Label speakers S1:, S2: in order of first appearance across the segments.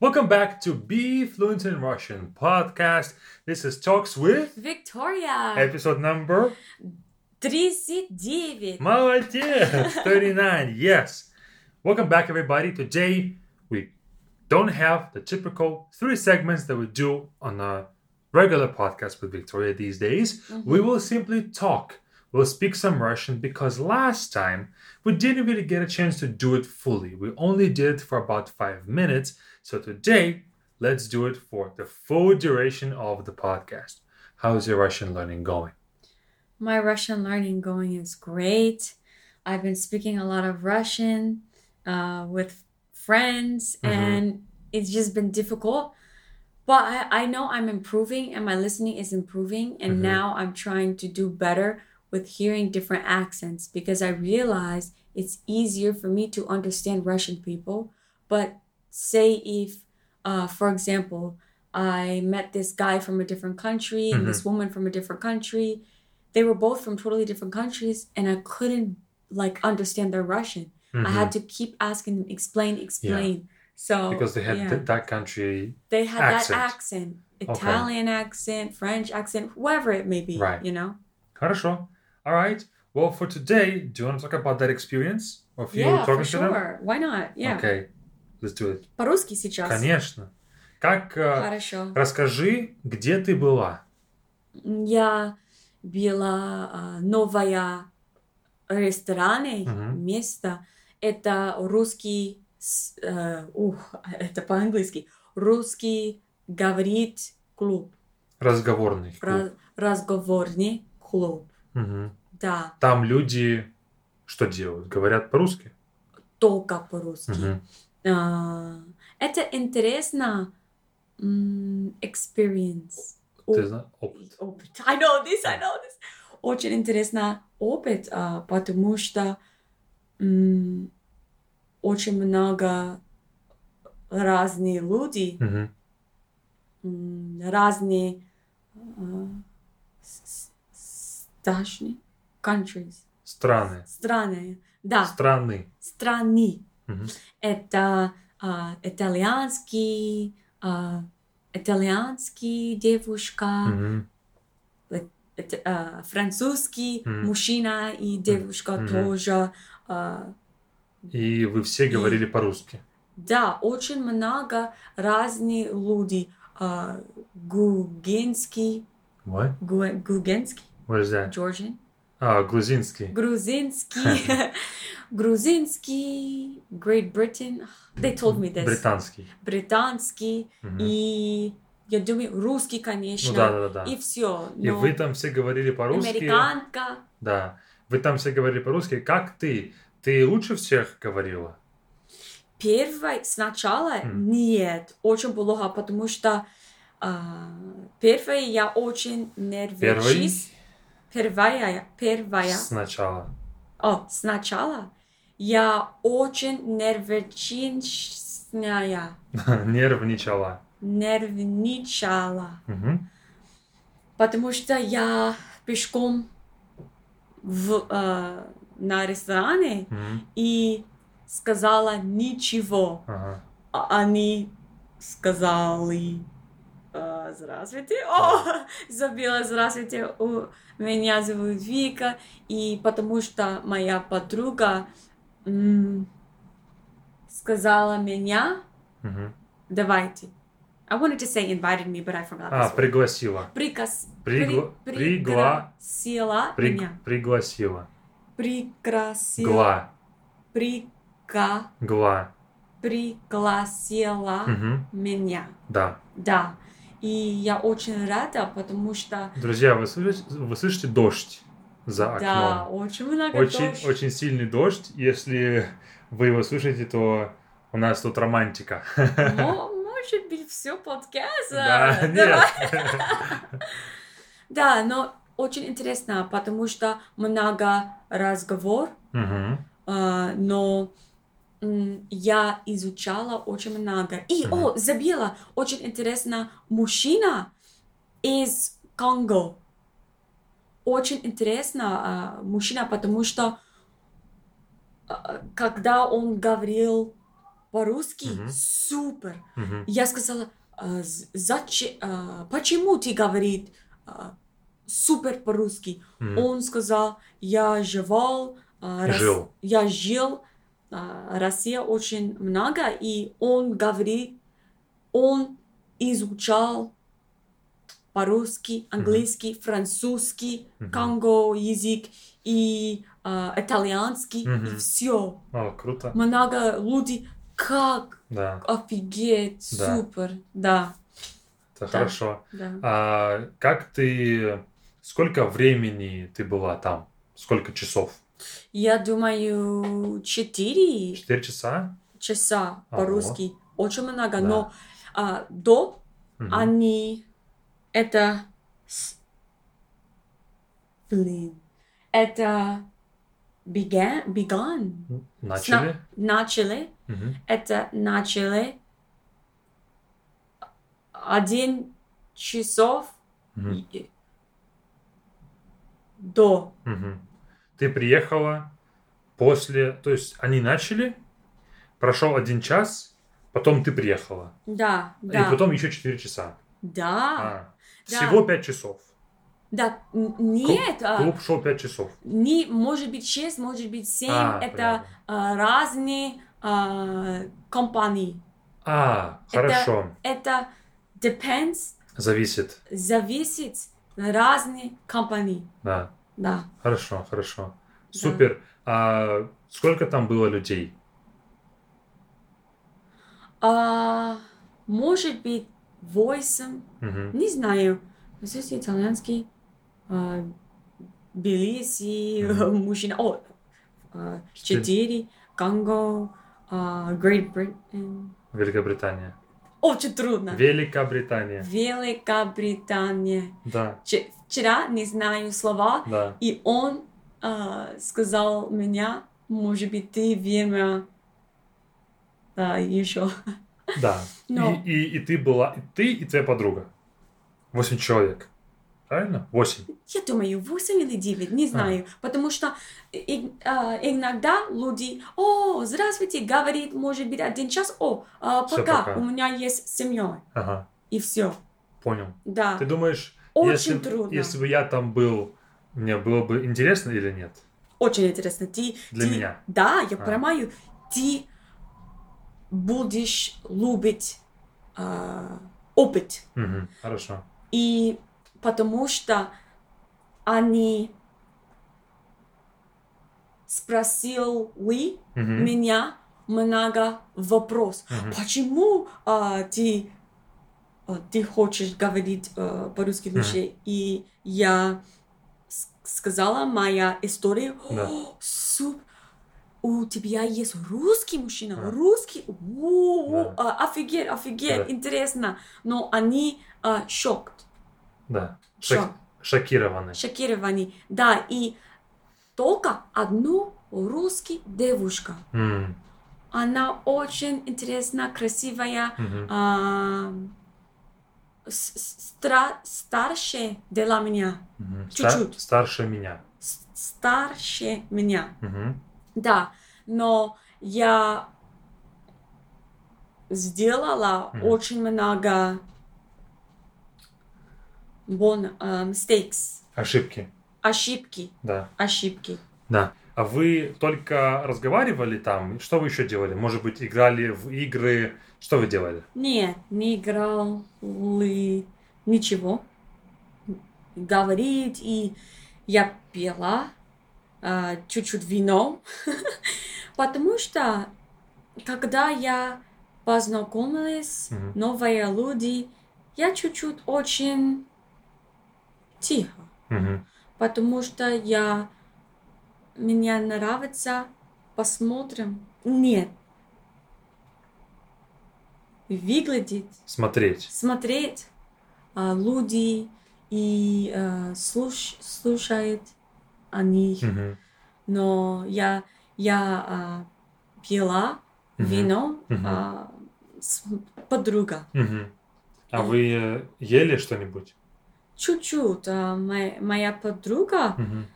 S1: Welcome back to Be Fluent in Russian podcast. This is Talks with
S2: Виктория,
S1: episode number
S2: 39.
S1: Молодец! 39, yes. Welcome back, everybody. Today, we don't have the typical three segments that we do on a regular podcast with Victoria these days.
S2: Mm-hmm.
S1: We will simply talk. We'll speak some Russian because last time we didn't really get a chance to do it fully. We only did it for about five minutes. So today, let's do it for the full duration of the podcast. How's your Russian learning going?
S2: My Russian learning going is great. I've been speaking a lot of Russian uh, with friends,
S1: Mhm.
S2: and it's just been difficult. But I, I know I'm improving, and my listening is improving. And
S1: Mhm.
S2: now I'm trying to do better with hearing different accents because I realize it's easier for me to understand Russian people. But say if, uh, for example, I met this guy from a different country and
S1: Mm-hmm.
S2: this woman from a different country. They were both from totally different countries, and I couldn't like understand their Russian. I
S1: Mm-hmm.
S2: had to keep asking them, explain, explain. So
S1: because they had
S2: yeah.
S1: th- that country
S2: they had
S1: accent.
S2: that accent, Italian accent, French accent, whoever it may be.
S1: Right.
S2: You know.
S1: Хорошо. All right. Well, for today, do you want to talk about that experience of you
S2: yeah,
S1: talking
S2: for
S1: to them?
S2: sure. Why not? Yeah.
S1: Okay, let's do it.
S2: По-русски сейчас.
S1: Конечно. Как э,
S2: Хорошо.
S1: расскажи, где ты была?
S2: Я была а, новая рестораны
S1: Мгм.
S2: место. Это русский, с- э, ух, это по-английски русский говорит клуб,
S1: Разговорный. клуб.
S2: ра- разговорный клуб.
S1: Мгм.
S2: Да,
S1: Там люди что делают? Говорят по-русски?
S2: только по-русски.
S1: Мгм.
S2: А, это интересно. м, Experience.
S1: Ты
S2: Оп-
S1: зна- опыт.
S2: опыт. I know this, I know this. Очень интересно опыт, а, потому что м, очень много разные люди,
S1: Мгм.
S2: м, разные а, с- с- страшные countries,
S1: Страны.
S2: страны, да,
S1: Страны.
S2: страны.
S1: Мгм.
S2: это а, итальянский, а, итальянский девушка,
S1: Мгм.
S2: это, а, французский
S1: Мгм.
S2: мужчина и девушка
S1: Мгм.
S2: тоже. А,
S1: И вы все говорили по-русски.
S2: да, очень много разных людей. А, гугенский,
S1: What?
S2: гу- гугенский,
S1: What is that?
S2: Georgian,
S1: А, грузинский.
S2: грузинский, грузинский, Great Britain. They told me this.
S1: Британский.
S2: британский
S1: Мгм.
S2: и я думаю русский конечно
S1: Ну да, да, да. да.
S2: и все
S1: И вы там все говорили по-русски.
S2: американка
S1: Да. Вы там все говорили по-русски. Как ты? Ты лучше всех говорила?
S2: первой сначала
S1: Мгм.
S2: нет очень плохо потому что а, первая я очень нервничаюсь первая первая
S1: Сначала.
S2: о сначала я очень нервничная
S1: Нервничала.
S2: нервничала
S1: Мгм.
S2: Потому что я пешком в, э, на ресторане
S1: Мгм.
S2: и сказала ничего.
S1: Ага.
S2: А они сказали э, «Здравствуйте». О, забила «Здравствуйте». У меня зовут Вика. И потому что моя подруга м, сказала меня
S1: Мгм.
S2: «Давайте». I wanted to say invited me, but I forgot.
S1: А,
S2: this word.
S1: пригласила.
S2: Прикос...
S1: Пригла-
S2: при-
S1: пригла-
S2: пригласила
S1: При-
S2: меня.
S1: Пригласила.
S2: Прикрасила.
S1: Гла.
S2: Прика...
S1: Гла.
S2: Пригласила
S1: Мгм.
S2: меня.
S1: Да.
S2: Да. И я очень рада, потому что...
S1: Друзья, вы слышите, вы слышите дождь за
S2: Да,
S1: окном?
S2: очень много
S1: Очень,
S2: дождь.
S1: очень сильный дождь. Если вы его слышите, то у нас тут романтика.
S2: Мо- Может быть, все подкаст.
S1: Да,
S2: э,
S1: нет.
S2: Да, но очень интересно, потому что много разговор,
S1: Мгм.
S2: А, но м, я изучала очень много. И,
S1: Мгм.
S2: о, забила, очень интересно, мужчина из Конго. Очень интересно а, мужчина, потому что а, когда он говорил по-русски
S1: Мгм.
S2: супер.
S1: Мгм.
S2: Я сказала, «А, з- заче- а, почему ты говорит а, супер по-русски?
S1: Мгм.
S2: Он сказал, я жевал, а, рас-
S1: Жил.
S2: я жил а, Россия очень много, и он говорит, он изучал по-русски, английский, французский,
S1: Мгм.
S2: конго язык и а, итальянский,
S1: Мгм.
S2: и все.
S1: О, круто.
S2: Много людей, как
S1: Да,
S2: Офигеть,
S1: Да.
S2: супер, да,
S1: это хорошо.
S2: да.
S1: А как ты... Сколько времени ты была там? Сколько часов?
S2: Я думаю, 4
S1: Четыре часа?
S2: часа
S1: Ого.
S2: по-русски очень
S1: Да.
S2: много, но а, до
S1: Мгм.
S2: они это с- блин, это began, began,
S1: Начали?
S2: начали,
S1: Мгм.
S2: это начали один часов
S1: Мгм.
S2: и- до
S1: Мгм. Ты приехала после... То есть они начали, прошел один час, потом ты приехала.
S2: Да, да,
S1: И потом еще 4 часа.
S2: да,
S1: А,
S2: да.
S1: Всего 5 часов.
S2: да, н- нет, а,
S1: Клуб шел 5 часов.
S2: не, может быть шесть, может быть семь,
S1: А,
S2: это
S1: понятно.
S2: а, разные а, компании.
S1: А,
S2: Это-
S1: хорошо.
S2: Это depends,
S1: Зависит.
S2: зависит на разные компании,
S1: Да.
S2: да.
S1: Хорошо, хорошо.
S2: Да.
S1: Супер. А сколько там было людей?
S2: А, может быть восемь,
S1: Мгм.
S2: не знаю, здесь итальянский, а, Белиси,
S1: Мгм.
S2: мужчина, о, а,
S1: Четыре.
S2: четыре, Конго, а, Great Britain.
S1: Великобритания.
S2: Очень трудно.
S1: Великобритания.
S2: Великобритания.
S1: Да,
S2: Че- Вчера не знаю слова,
S1: да.
S2: и он а, сказал меня, может быть, ты время да, еще.
S1: Да.
S2: а, Но-
S1: И, и, и ты была, и ты и твоя подруга. Восемь человек. Правильно? Восемь.
S2: Я думаю, 8 или 9,
S1: А.
S2: не знаю. Потому что и- а, иногда люди, о, здравствуйте, говорит, может быть, один час, о, а,
S1: Всё,
S2: пока,
S1: пока».
S2: у меня есть семья.
S1: Ага,
S2: И все.
S1: понял.
S2: Да.
S1: Ты думаешь,
S2: А. Очень
S1: если,
S2: трудно.
S1: если бы я там был, мне было бы интересно или нет?
S2: Очень интересно. Ты,
S1: Для
S2: ты-
S1: меня.
S2: Да, я
S1: А.
S2: понимаю. Ты будешь любить а, опыт.
S1: Мгм, Хорошо.
S2: И потому что они спросили
S1: Мгм,
S2: меня много вопросов.
S1: мгм.
S2: Почему а, ты, а, ты хочешь говорить а, по-русски лучше? И я с- сказала моя история.
S1: Да.
S2: «О, суп! У тебя есть русский мужчина,
S1: Да.
S2: русский. О,
S1: Да.
S2: а, офигеть, офигеть,
S1: Да.
S2: интересно. Но они а, шок,
S1: Да. Шок-
S2: шок,
S1: Шокированы.
S2: шокированы. Да, и только одну русский девушка.
S1: М,
S2: Она очень интересная, красивая,
S1: мгм.
S2: а, с- с- стра- старше для меня.
S1: Мгм.
S2: чуть-чуть.
S1: Ста- Старше меня.
S2: С- Старше меня.
S1: Мгм.
S2: Да, но я сделала
S1: Мгм.
S2: очень много бон, а, mistakes,
S1: Ошибки.
S2: ошибки,
S1: Да.
S2: ошибки.
S1: Да. А вы только разговаривали там? Что вы еще делали? Может быть, играли в игры? Что вы делали?
S2: Нет, не играл ли ничего. Говорит, и я пила а, чуть-чуть вино, потому что когда я познакомилась
S1: Мгм.
S2: новые люди, я чуть-чуть очень тихо,
S1: Мгм.
S2: потому что я мне нравится посмотрим. Нет. Выглядит
S1: Смотреть.
S2: смотреть а, люди и а, слуш- слушает о них.
S1: Мгм.
S2: Но я, я а, пила
S1: Мгм.
S2: вино
S1: Мгм.
S2: а, с подруга.
S1: Мгм. А вы э, ели что-нибудь?
S2: Чуть-чуть а, мо- моя подруга
S1: Мгм.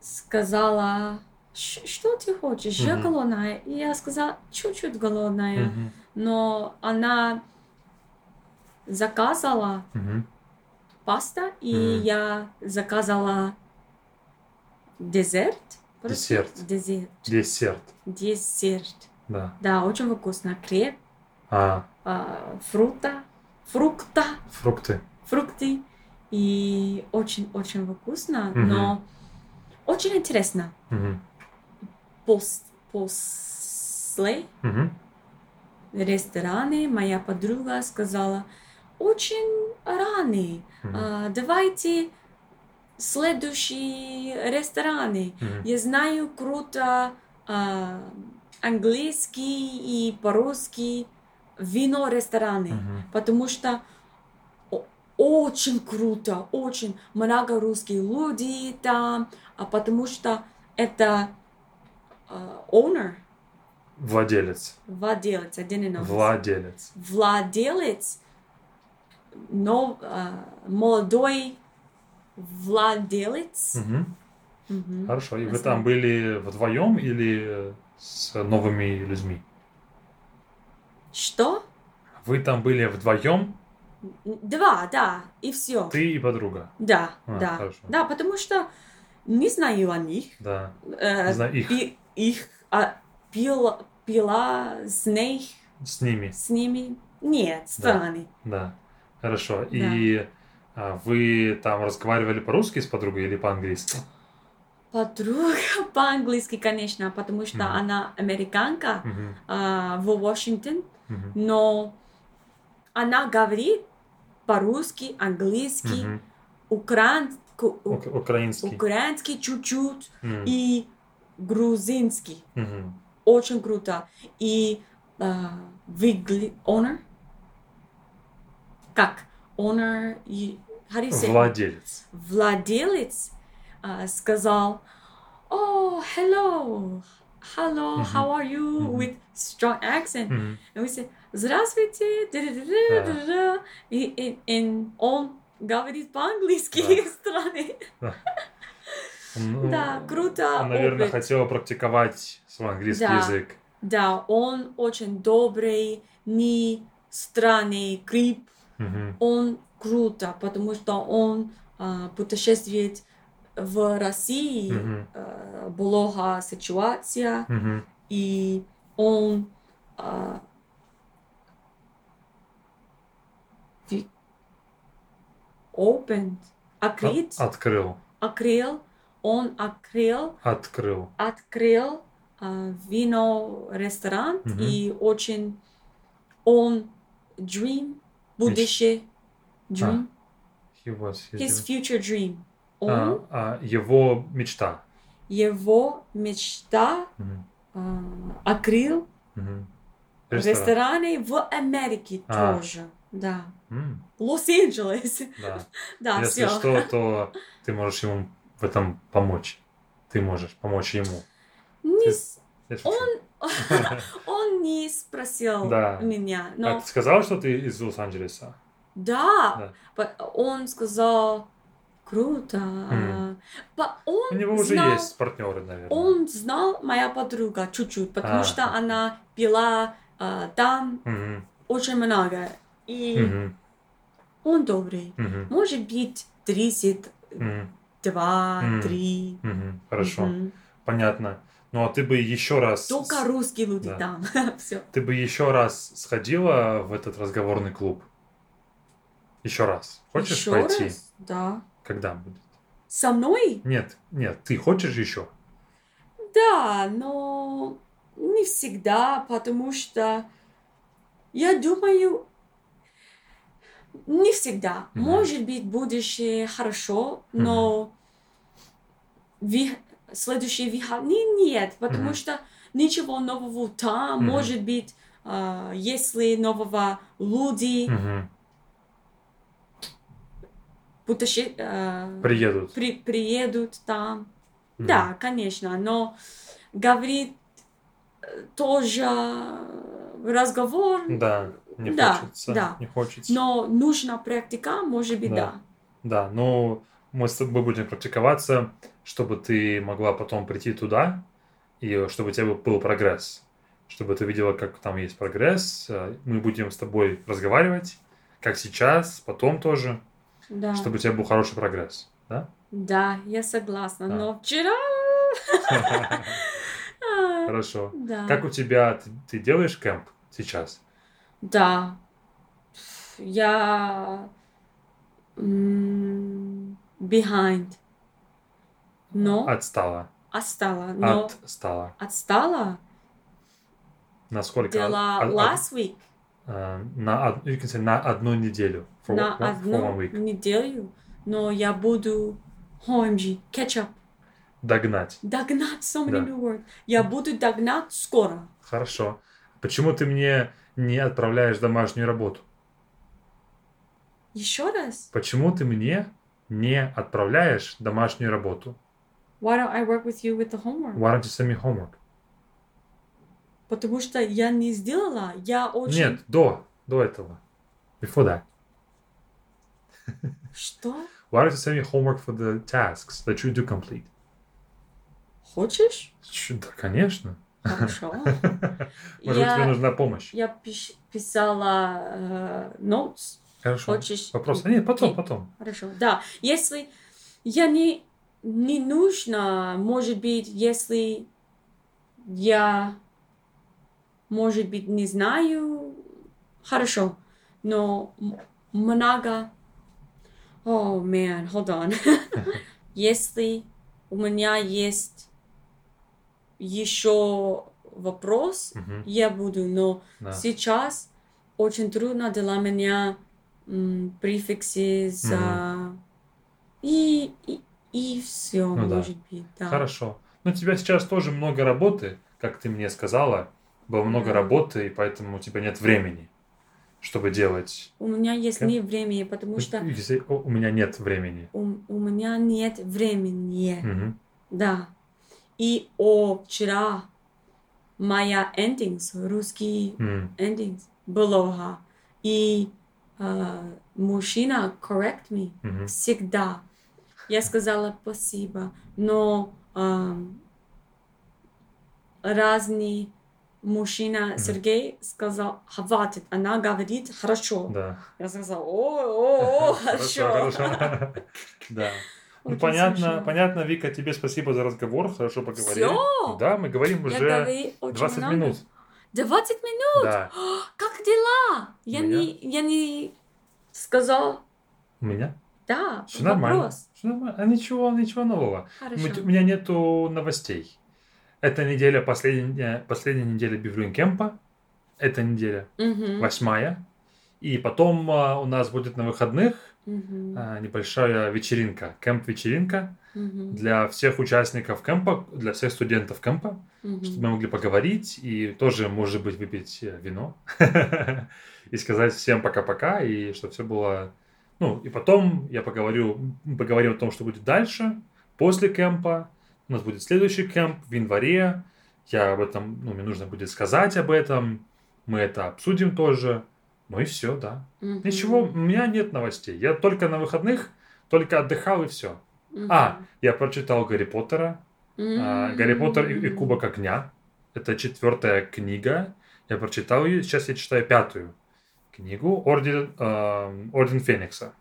S2: сказала, «Щ- что ты хочешь? Я
S1: Мгм.
S2: голодная. И я сказала, чуть-чуть голодная.
S1: Мгм.
S2: Но она заказала
S1: Мгм.
S2: паста, и
S1: Мгм.
S2: я заказала десерт. Просто
S1: Десерт.
S2: Десерт.
S1: Десерт.
S2: Десерт.
S1: Да.
S2: Да, очень вкусно. Креп,
S1: А,
S2: а, фрута, фрукта,
S1: фрукты.
S2: фрукты. И очень-очень вкусно,
S1: Мгм.
S2: но очень интересно.
S1: Мгм.
S2: Пос- после
S1: Мгм.
S2: рестораны моя подруга сказала, очень рано,
S1: Мгм.
S2: а, давайте следующие рестораны.
S1: Мгм.
S2: Я знаю круто а, английский и по-русски вино рестораны,
S1: Мгм.
S2: потому что о- очень круто, очень много русских людей там, а потому что это а, owner,
S1: Владелец.
S2: владелец, один и новый.
S1: Владелец.
S2: владелец, но а, молодой владелец.
S1: Мгм. Хм.
S2: Мгм.
S1: Хорошо. И вы
S2: Знаю.
S1: там были вдвоем или э, с новыми людьми?
S2: Что?
S1: Вы там были вдвоем,
S2: Н- Два, да, и все.
S1: ты и подруга.
S2: Да,
S1: А,
S2: да.
S1: хорошо.
S2: Да, потому что не знаю о них.
S1: Да.
S2: Э,
S1: Не знаю, их
S2: пи- их а, пила, пила с ней,
S1: с ними.
S2: с ними. Нет, странно.
S1: Да. Хорошо. И а, вы там разговаривали по-русски с подругой или по-английски?
S2: Подруга по-английски, конечно, потому что
S1: Мгм.
S2: она американка
S1: Мгм.
S2: а, в Вашингтон.
S1: Мгм.
S2: но она говорит по-русски, английски,
S1: Мгм.
S2: укран- ку- у-
S1: Ук- Украинский.
S2: украинский чуть-чуть
S1: М.
S2: и грузинский.
S1: Мгм.
S2: Очень круто. И а, выгли- owner? Как? Owner и... how do you say?
S1: Владелец.
S2: Владелец а, сказал «Oh, hello! Hello,
S1: Мгм.
S2: how are you?»
S1: Мгм.
S2: with strong accent.
S1: Мгм.
S2: And we say, здравствуйте, да-да-да-да-да-да». и, и- и он говорит по-английски
S1: Да.
S2: страны.
S1: Ну,
S2: Да, круто,
S1: Он, наверное,
S2: опыт.
S1: хотела практиковать свой английский
S2: Да.
S1: язык.
S2: Да, он очень добрый, не странный гриб.
S1: Мгм.
S2: Он круто, потому что он а, путешествует в России.
S1: Мгм.
S2: а, была ситуация,
S1: Мгм.
S2: и он а, ви- opened, А
S1: А,
S2: открыт,
S1: От- Открыл.
S2: открыл, он открыл,
S1: Открыл.
S2: открыл а, вино ресторан
S1: Мгм.
S2: и очень он dream будущее dream
S1: А, He was his
S2: his
S1: dream.
S2: future dream он
S1: А, а, его мечта.
S2: его мечта
S1: Мгм.
S2: а, открыл
S1: Мгм. Ресторан.
S2: рестораны в Америке
S1: А.
S2: тоже. Да.
S1: М,
S2: Лос-Анджелес.
S1: Да.
S2: Да,
S1: Если
S2: все.
S1: что, то ты можешь ему в этом помочь. Ты можешь помочь ему.
S2: Не с-
S1: Я шучу.
S2: Он, он не спросил
S1: Да.
S2: меня,
S1: А
S2: но
S1: ты сказал, что ты из Лос-Анджелеса?
S2: да, по- он сказал круто.
S1: Мгм.
S2: По-
S1: У
S2: Он
S1: него уже
S2: знал,
S1: есть партнеры, наверное.
S2: он знал моя подруга чуть-чуть, потому
S1: А.
S2: что она пила а, там
S1: Мгм,
S2: очень много, и
S1: мгм,
S2: он добрый.
S1: мгм,
S2: Может быть, 32,
S1: мгм,
S2: 3.
S1: мгм. Хорошо,
S2: Мгм.
S1: понятно. Ну а ты бы еще раз...
S2: Только русские люди
S1: Да.
S2: там. Все.
S1: Ты бы еще раз сходила в этот разговорный клуб? Еще раз. Хочешь пойти?
S2: Да.
S1: Когда будет?
S2: Со мной?
S1: Нет, нет, ты хочешь еще?
S2: Да, но не всегда, потому что я думаю, не всегда.
S1: Мгм.
S2: Может быть, будущее хорошо, но ви- следующие выходные нет, потому
S1: Мгм.
S2: что ничего нового там.
S1: Мгм.
S2: Может быть, а, если нового люди
S1: Мгм.
S2: путеше- а,
S1: Приедут.
S2: при- приедут там.
S1: Мгм.
S2: Да, конечно, но говорит э, тоже э, разговор,
S1: Да, не
S2: Да,
S1: хочется.
S2: да.
S1: Не хочется.
S2: но нужна практика, может быть,
S1: Да.
S2: да.
S1: Да, ну мы с тобой будем практиковаться, чтобы ты могла потом прийти туда и чтобы у тебя был- был прогресс. Чтобы ты видела, как там есть прогресс. Э, Мы будем с тобой разговаривать, как сейчас, потом тоже,
S2: Да.
S1: чтобы у тебя был хороший прогресс. Да?
S2: Да, я согласна.
S1: Да.
S2: Но вчера... А,
S1: Хорошо.
S2: Да.
S1: Как у тебя, ты, ты делаешь кемп сейчас?
S2: Да. Пф, Я м, behind. Но
S1: А Отстала.
S2: отстала. Но
S1: Отстала.
S2: отстала.
S1: Насколько?
S2: Дела
S1: От- от-
S2: last week
S1: э, на, од- you can say, на одну неделю. For
S2: на
S1: one- for
S2: одну
S1: one week.
S2: неделю. Но я буду OMG, кетчуп.
S1: Догнать.
S2: Догнать so
S1: Да.
S2: many new words. Я буду догнать скоро.
S1: Хорошо. Почему ты мне не отправляешь домашнюю работу?
S2: Еще раз.
S1: Почему ты мне не отправляешь домашнюю работу?
S2: Why don't I work with you with the homework?
S1: Why don't you send me homework?
S2: Потому что я не сделала. Я очень...
S1: Нет, до, до этого. Before that.
S2: Что?
S1: Why don't you send me homework for the tasks that you do complete?
S2: Хочешь?
S1: Чё, Да, конечно.
S2: Хорошо.
S1: Может быть, тебе
S2: Я,
S1: нужна помощь.
S2: я пиш- писала э, notes.
S1: Хорошо.
S2: Хочешь?
S1: Вопрос? А, Нет, потом,
S2: Окей.
S1: потом.
S2: Хорошо, да. Если я не, не нужна, может быть, если я, может быть, не знаю, хорошо, но м- много... О, oh, man, hold on. если у меня есть еще вопрос,
S1: Мгм,
S2: я буду, но
S1: да.
S2: Сейчас очень трудно для меня м, префиксы за- и, и, все,
S1: Ну да.
S2: может быть, да.
S1: Хорошо. Но у тебя сейчас тоже много работы, как ты мне сказала. Было много
S2: Да.
S1: работы, и поэтому у тебя нет времени, чтобы делать.
S2: У меня есть
S1: Как-
S2: не время, потому что
S1: You say, «О, у меня нет времени.
S2: у, у меня нет времени,
S1: Мгм.
S2: да. И о, вчера моя endings, русский
S1: М,
S2: endings, блога. И э, мужчина correct me.
S1: мгм.
S2: всегда. Я сказала спасибо, но ам, разный мужчина
S1: Мгм.
S2: Сергей сказал, «А, хватит, она говорит хорошо.
S1: Да.
S2: Я сказала, о, о, о, хорошо.
S1: хорошо. Да. Ну,
S2: Очень
S1: понятно,
S2: смешно.
S1: понятно, Вика, тебе спасибо за разговор, хорошо поговорили.
S2: Всё?
S1: Да, мы говорим
S2: Я
S1: уже
S2: говорю очень
S1: 20
S2: много.
S1: минут.
S2: 20 минут?
S1: Да.
S2: Как дела? Я,
S1: Ну, я-
S2: не, я не сказал,
S1: У меня?
S2: да,
S1: Все нормально.
S2: вопрос.
S1: Всё нормально. А ничего, ничего нового.
S2: Хорошо.
S1: У меня нету новостей. Эта неделя, последняя, последняя неделя Бивлюн Кемпа. Эта неделя
S2: Мгм,
S1: восьмая. И потом а, у нас будет на выходных
S2: мгм,
S1: а, небольшая вечеринка, кемп-вечеринка
S2: мгм,
S1: для всех участников кемпа, для всех студентов кемпа.
S2: мгм.
S1: чтобы мы могли поговорить и тоже, может быть, выпить э, вино и сказать всем пока-пока, и чтобы все было... Ну, и потом я поговорю, мы поговорим о том, что будет дальше, после кемпа. У нас будет следующий кемп в январе. Я об этом, ну, мне нужно будет сказать об этом. Мы это обсудим тоже. Ну и все, да.
S2: Мгм,
S1: Ничего, у меня нет новостей. Я только на выходных, только отдыхал и все.
S2: мгм.
S1: А, я прочитал Гарри Поттера. А,
S2: М.
S1: Гарри Поттер и, и Кубок огня. Это четвертая книга. Я прочитал ее. Сейчас я читаю пятую книгу Орден, эм, Орден Феникса.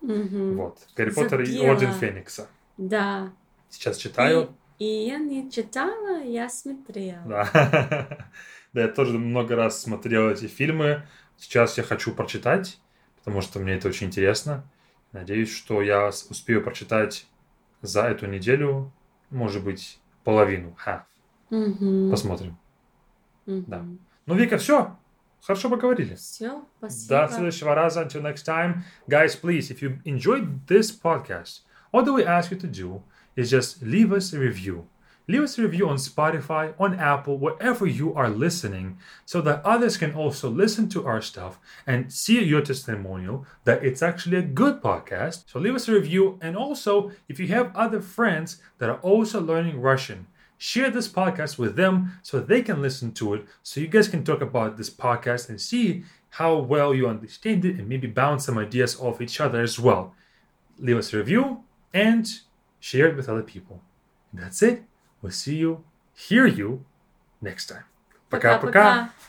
S2: Мгм.
S1: Вот. Гарри Поттер и
S2: Забела.
S1: Орден Феникса.
S2: Да.
S1: Сейчас читаю.
S2: И, и я не читала, я смотрела.
S1: Да. да, я тоже много раз смотрел эти фильмы. Сейчас я хочу прочитать, потому что мне это очень интересно. Надеюсь, что я с- успею прочитать за эту неделю, может быть, половину. Ха.
S2: Мгм.
S1: Посмотрим.
S2: Мгм.
S1: да. Ну, Вика, все. Хорошо поговорили.
S2: Все, спасибо.
S1: До следующего раза. Until next time. Guys, please, if you enjoyed this podcast, all that we ask you to do is just leave us a review. Leave us a review on Spotify, on Apple, wherever you are listening, so that others can also listen to our stuff and see your testimonial that it's actually a good podcast. So leave us a review. And also, if you have other friends that are also learning Russian, share this podcast with them so they can listen to it so you guys can talk about this podcast and see how well you understand it and maybe bounce some ideas off each other as well leave us a review and share it with other people and that's it we'll see you
S3: hear you next time.
S1: Пока-пока.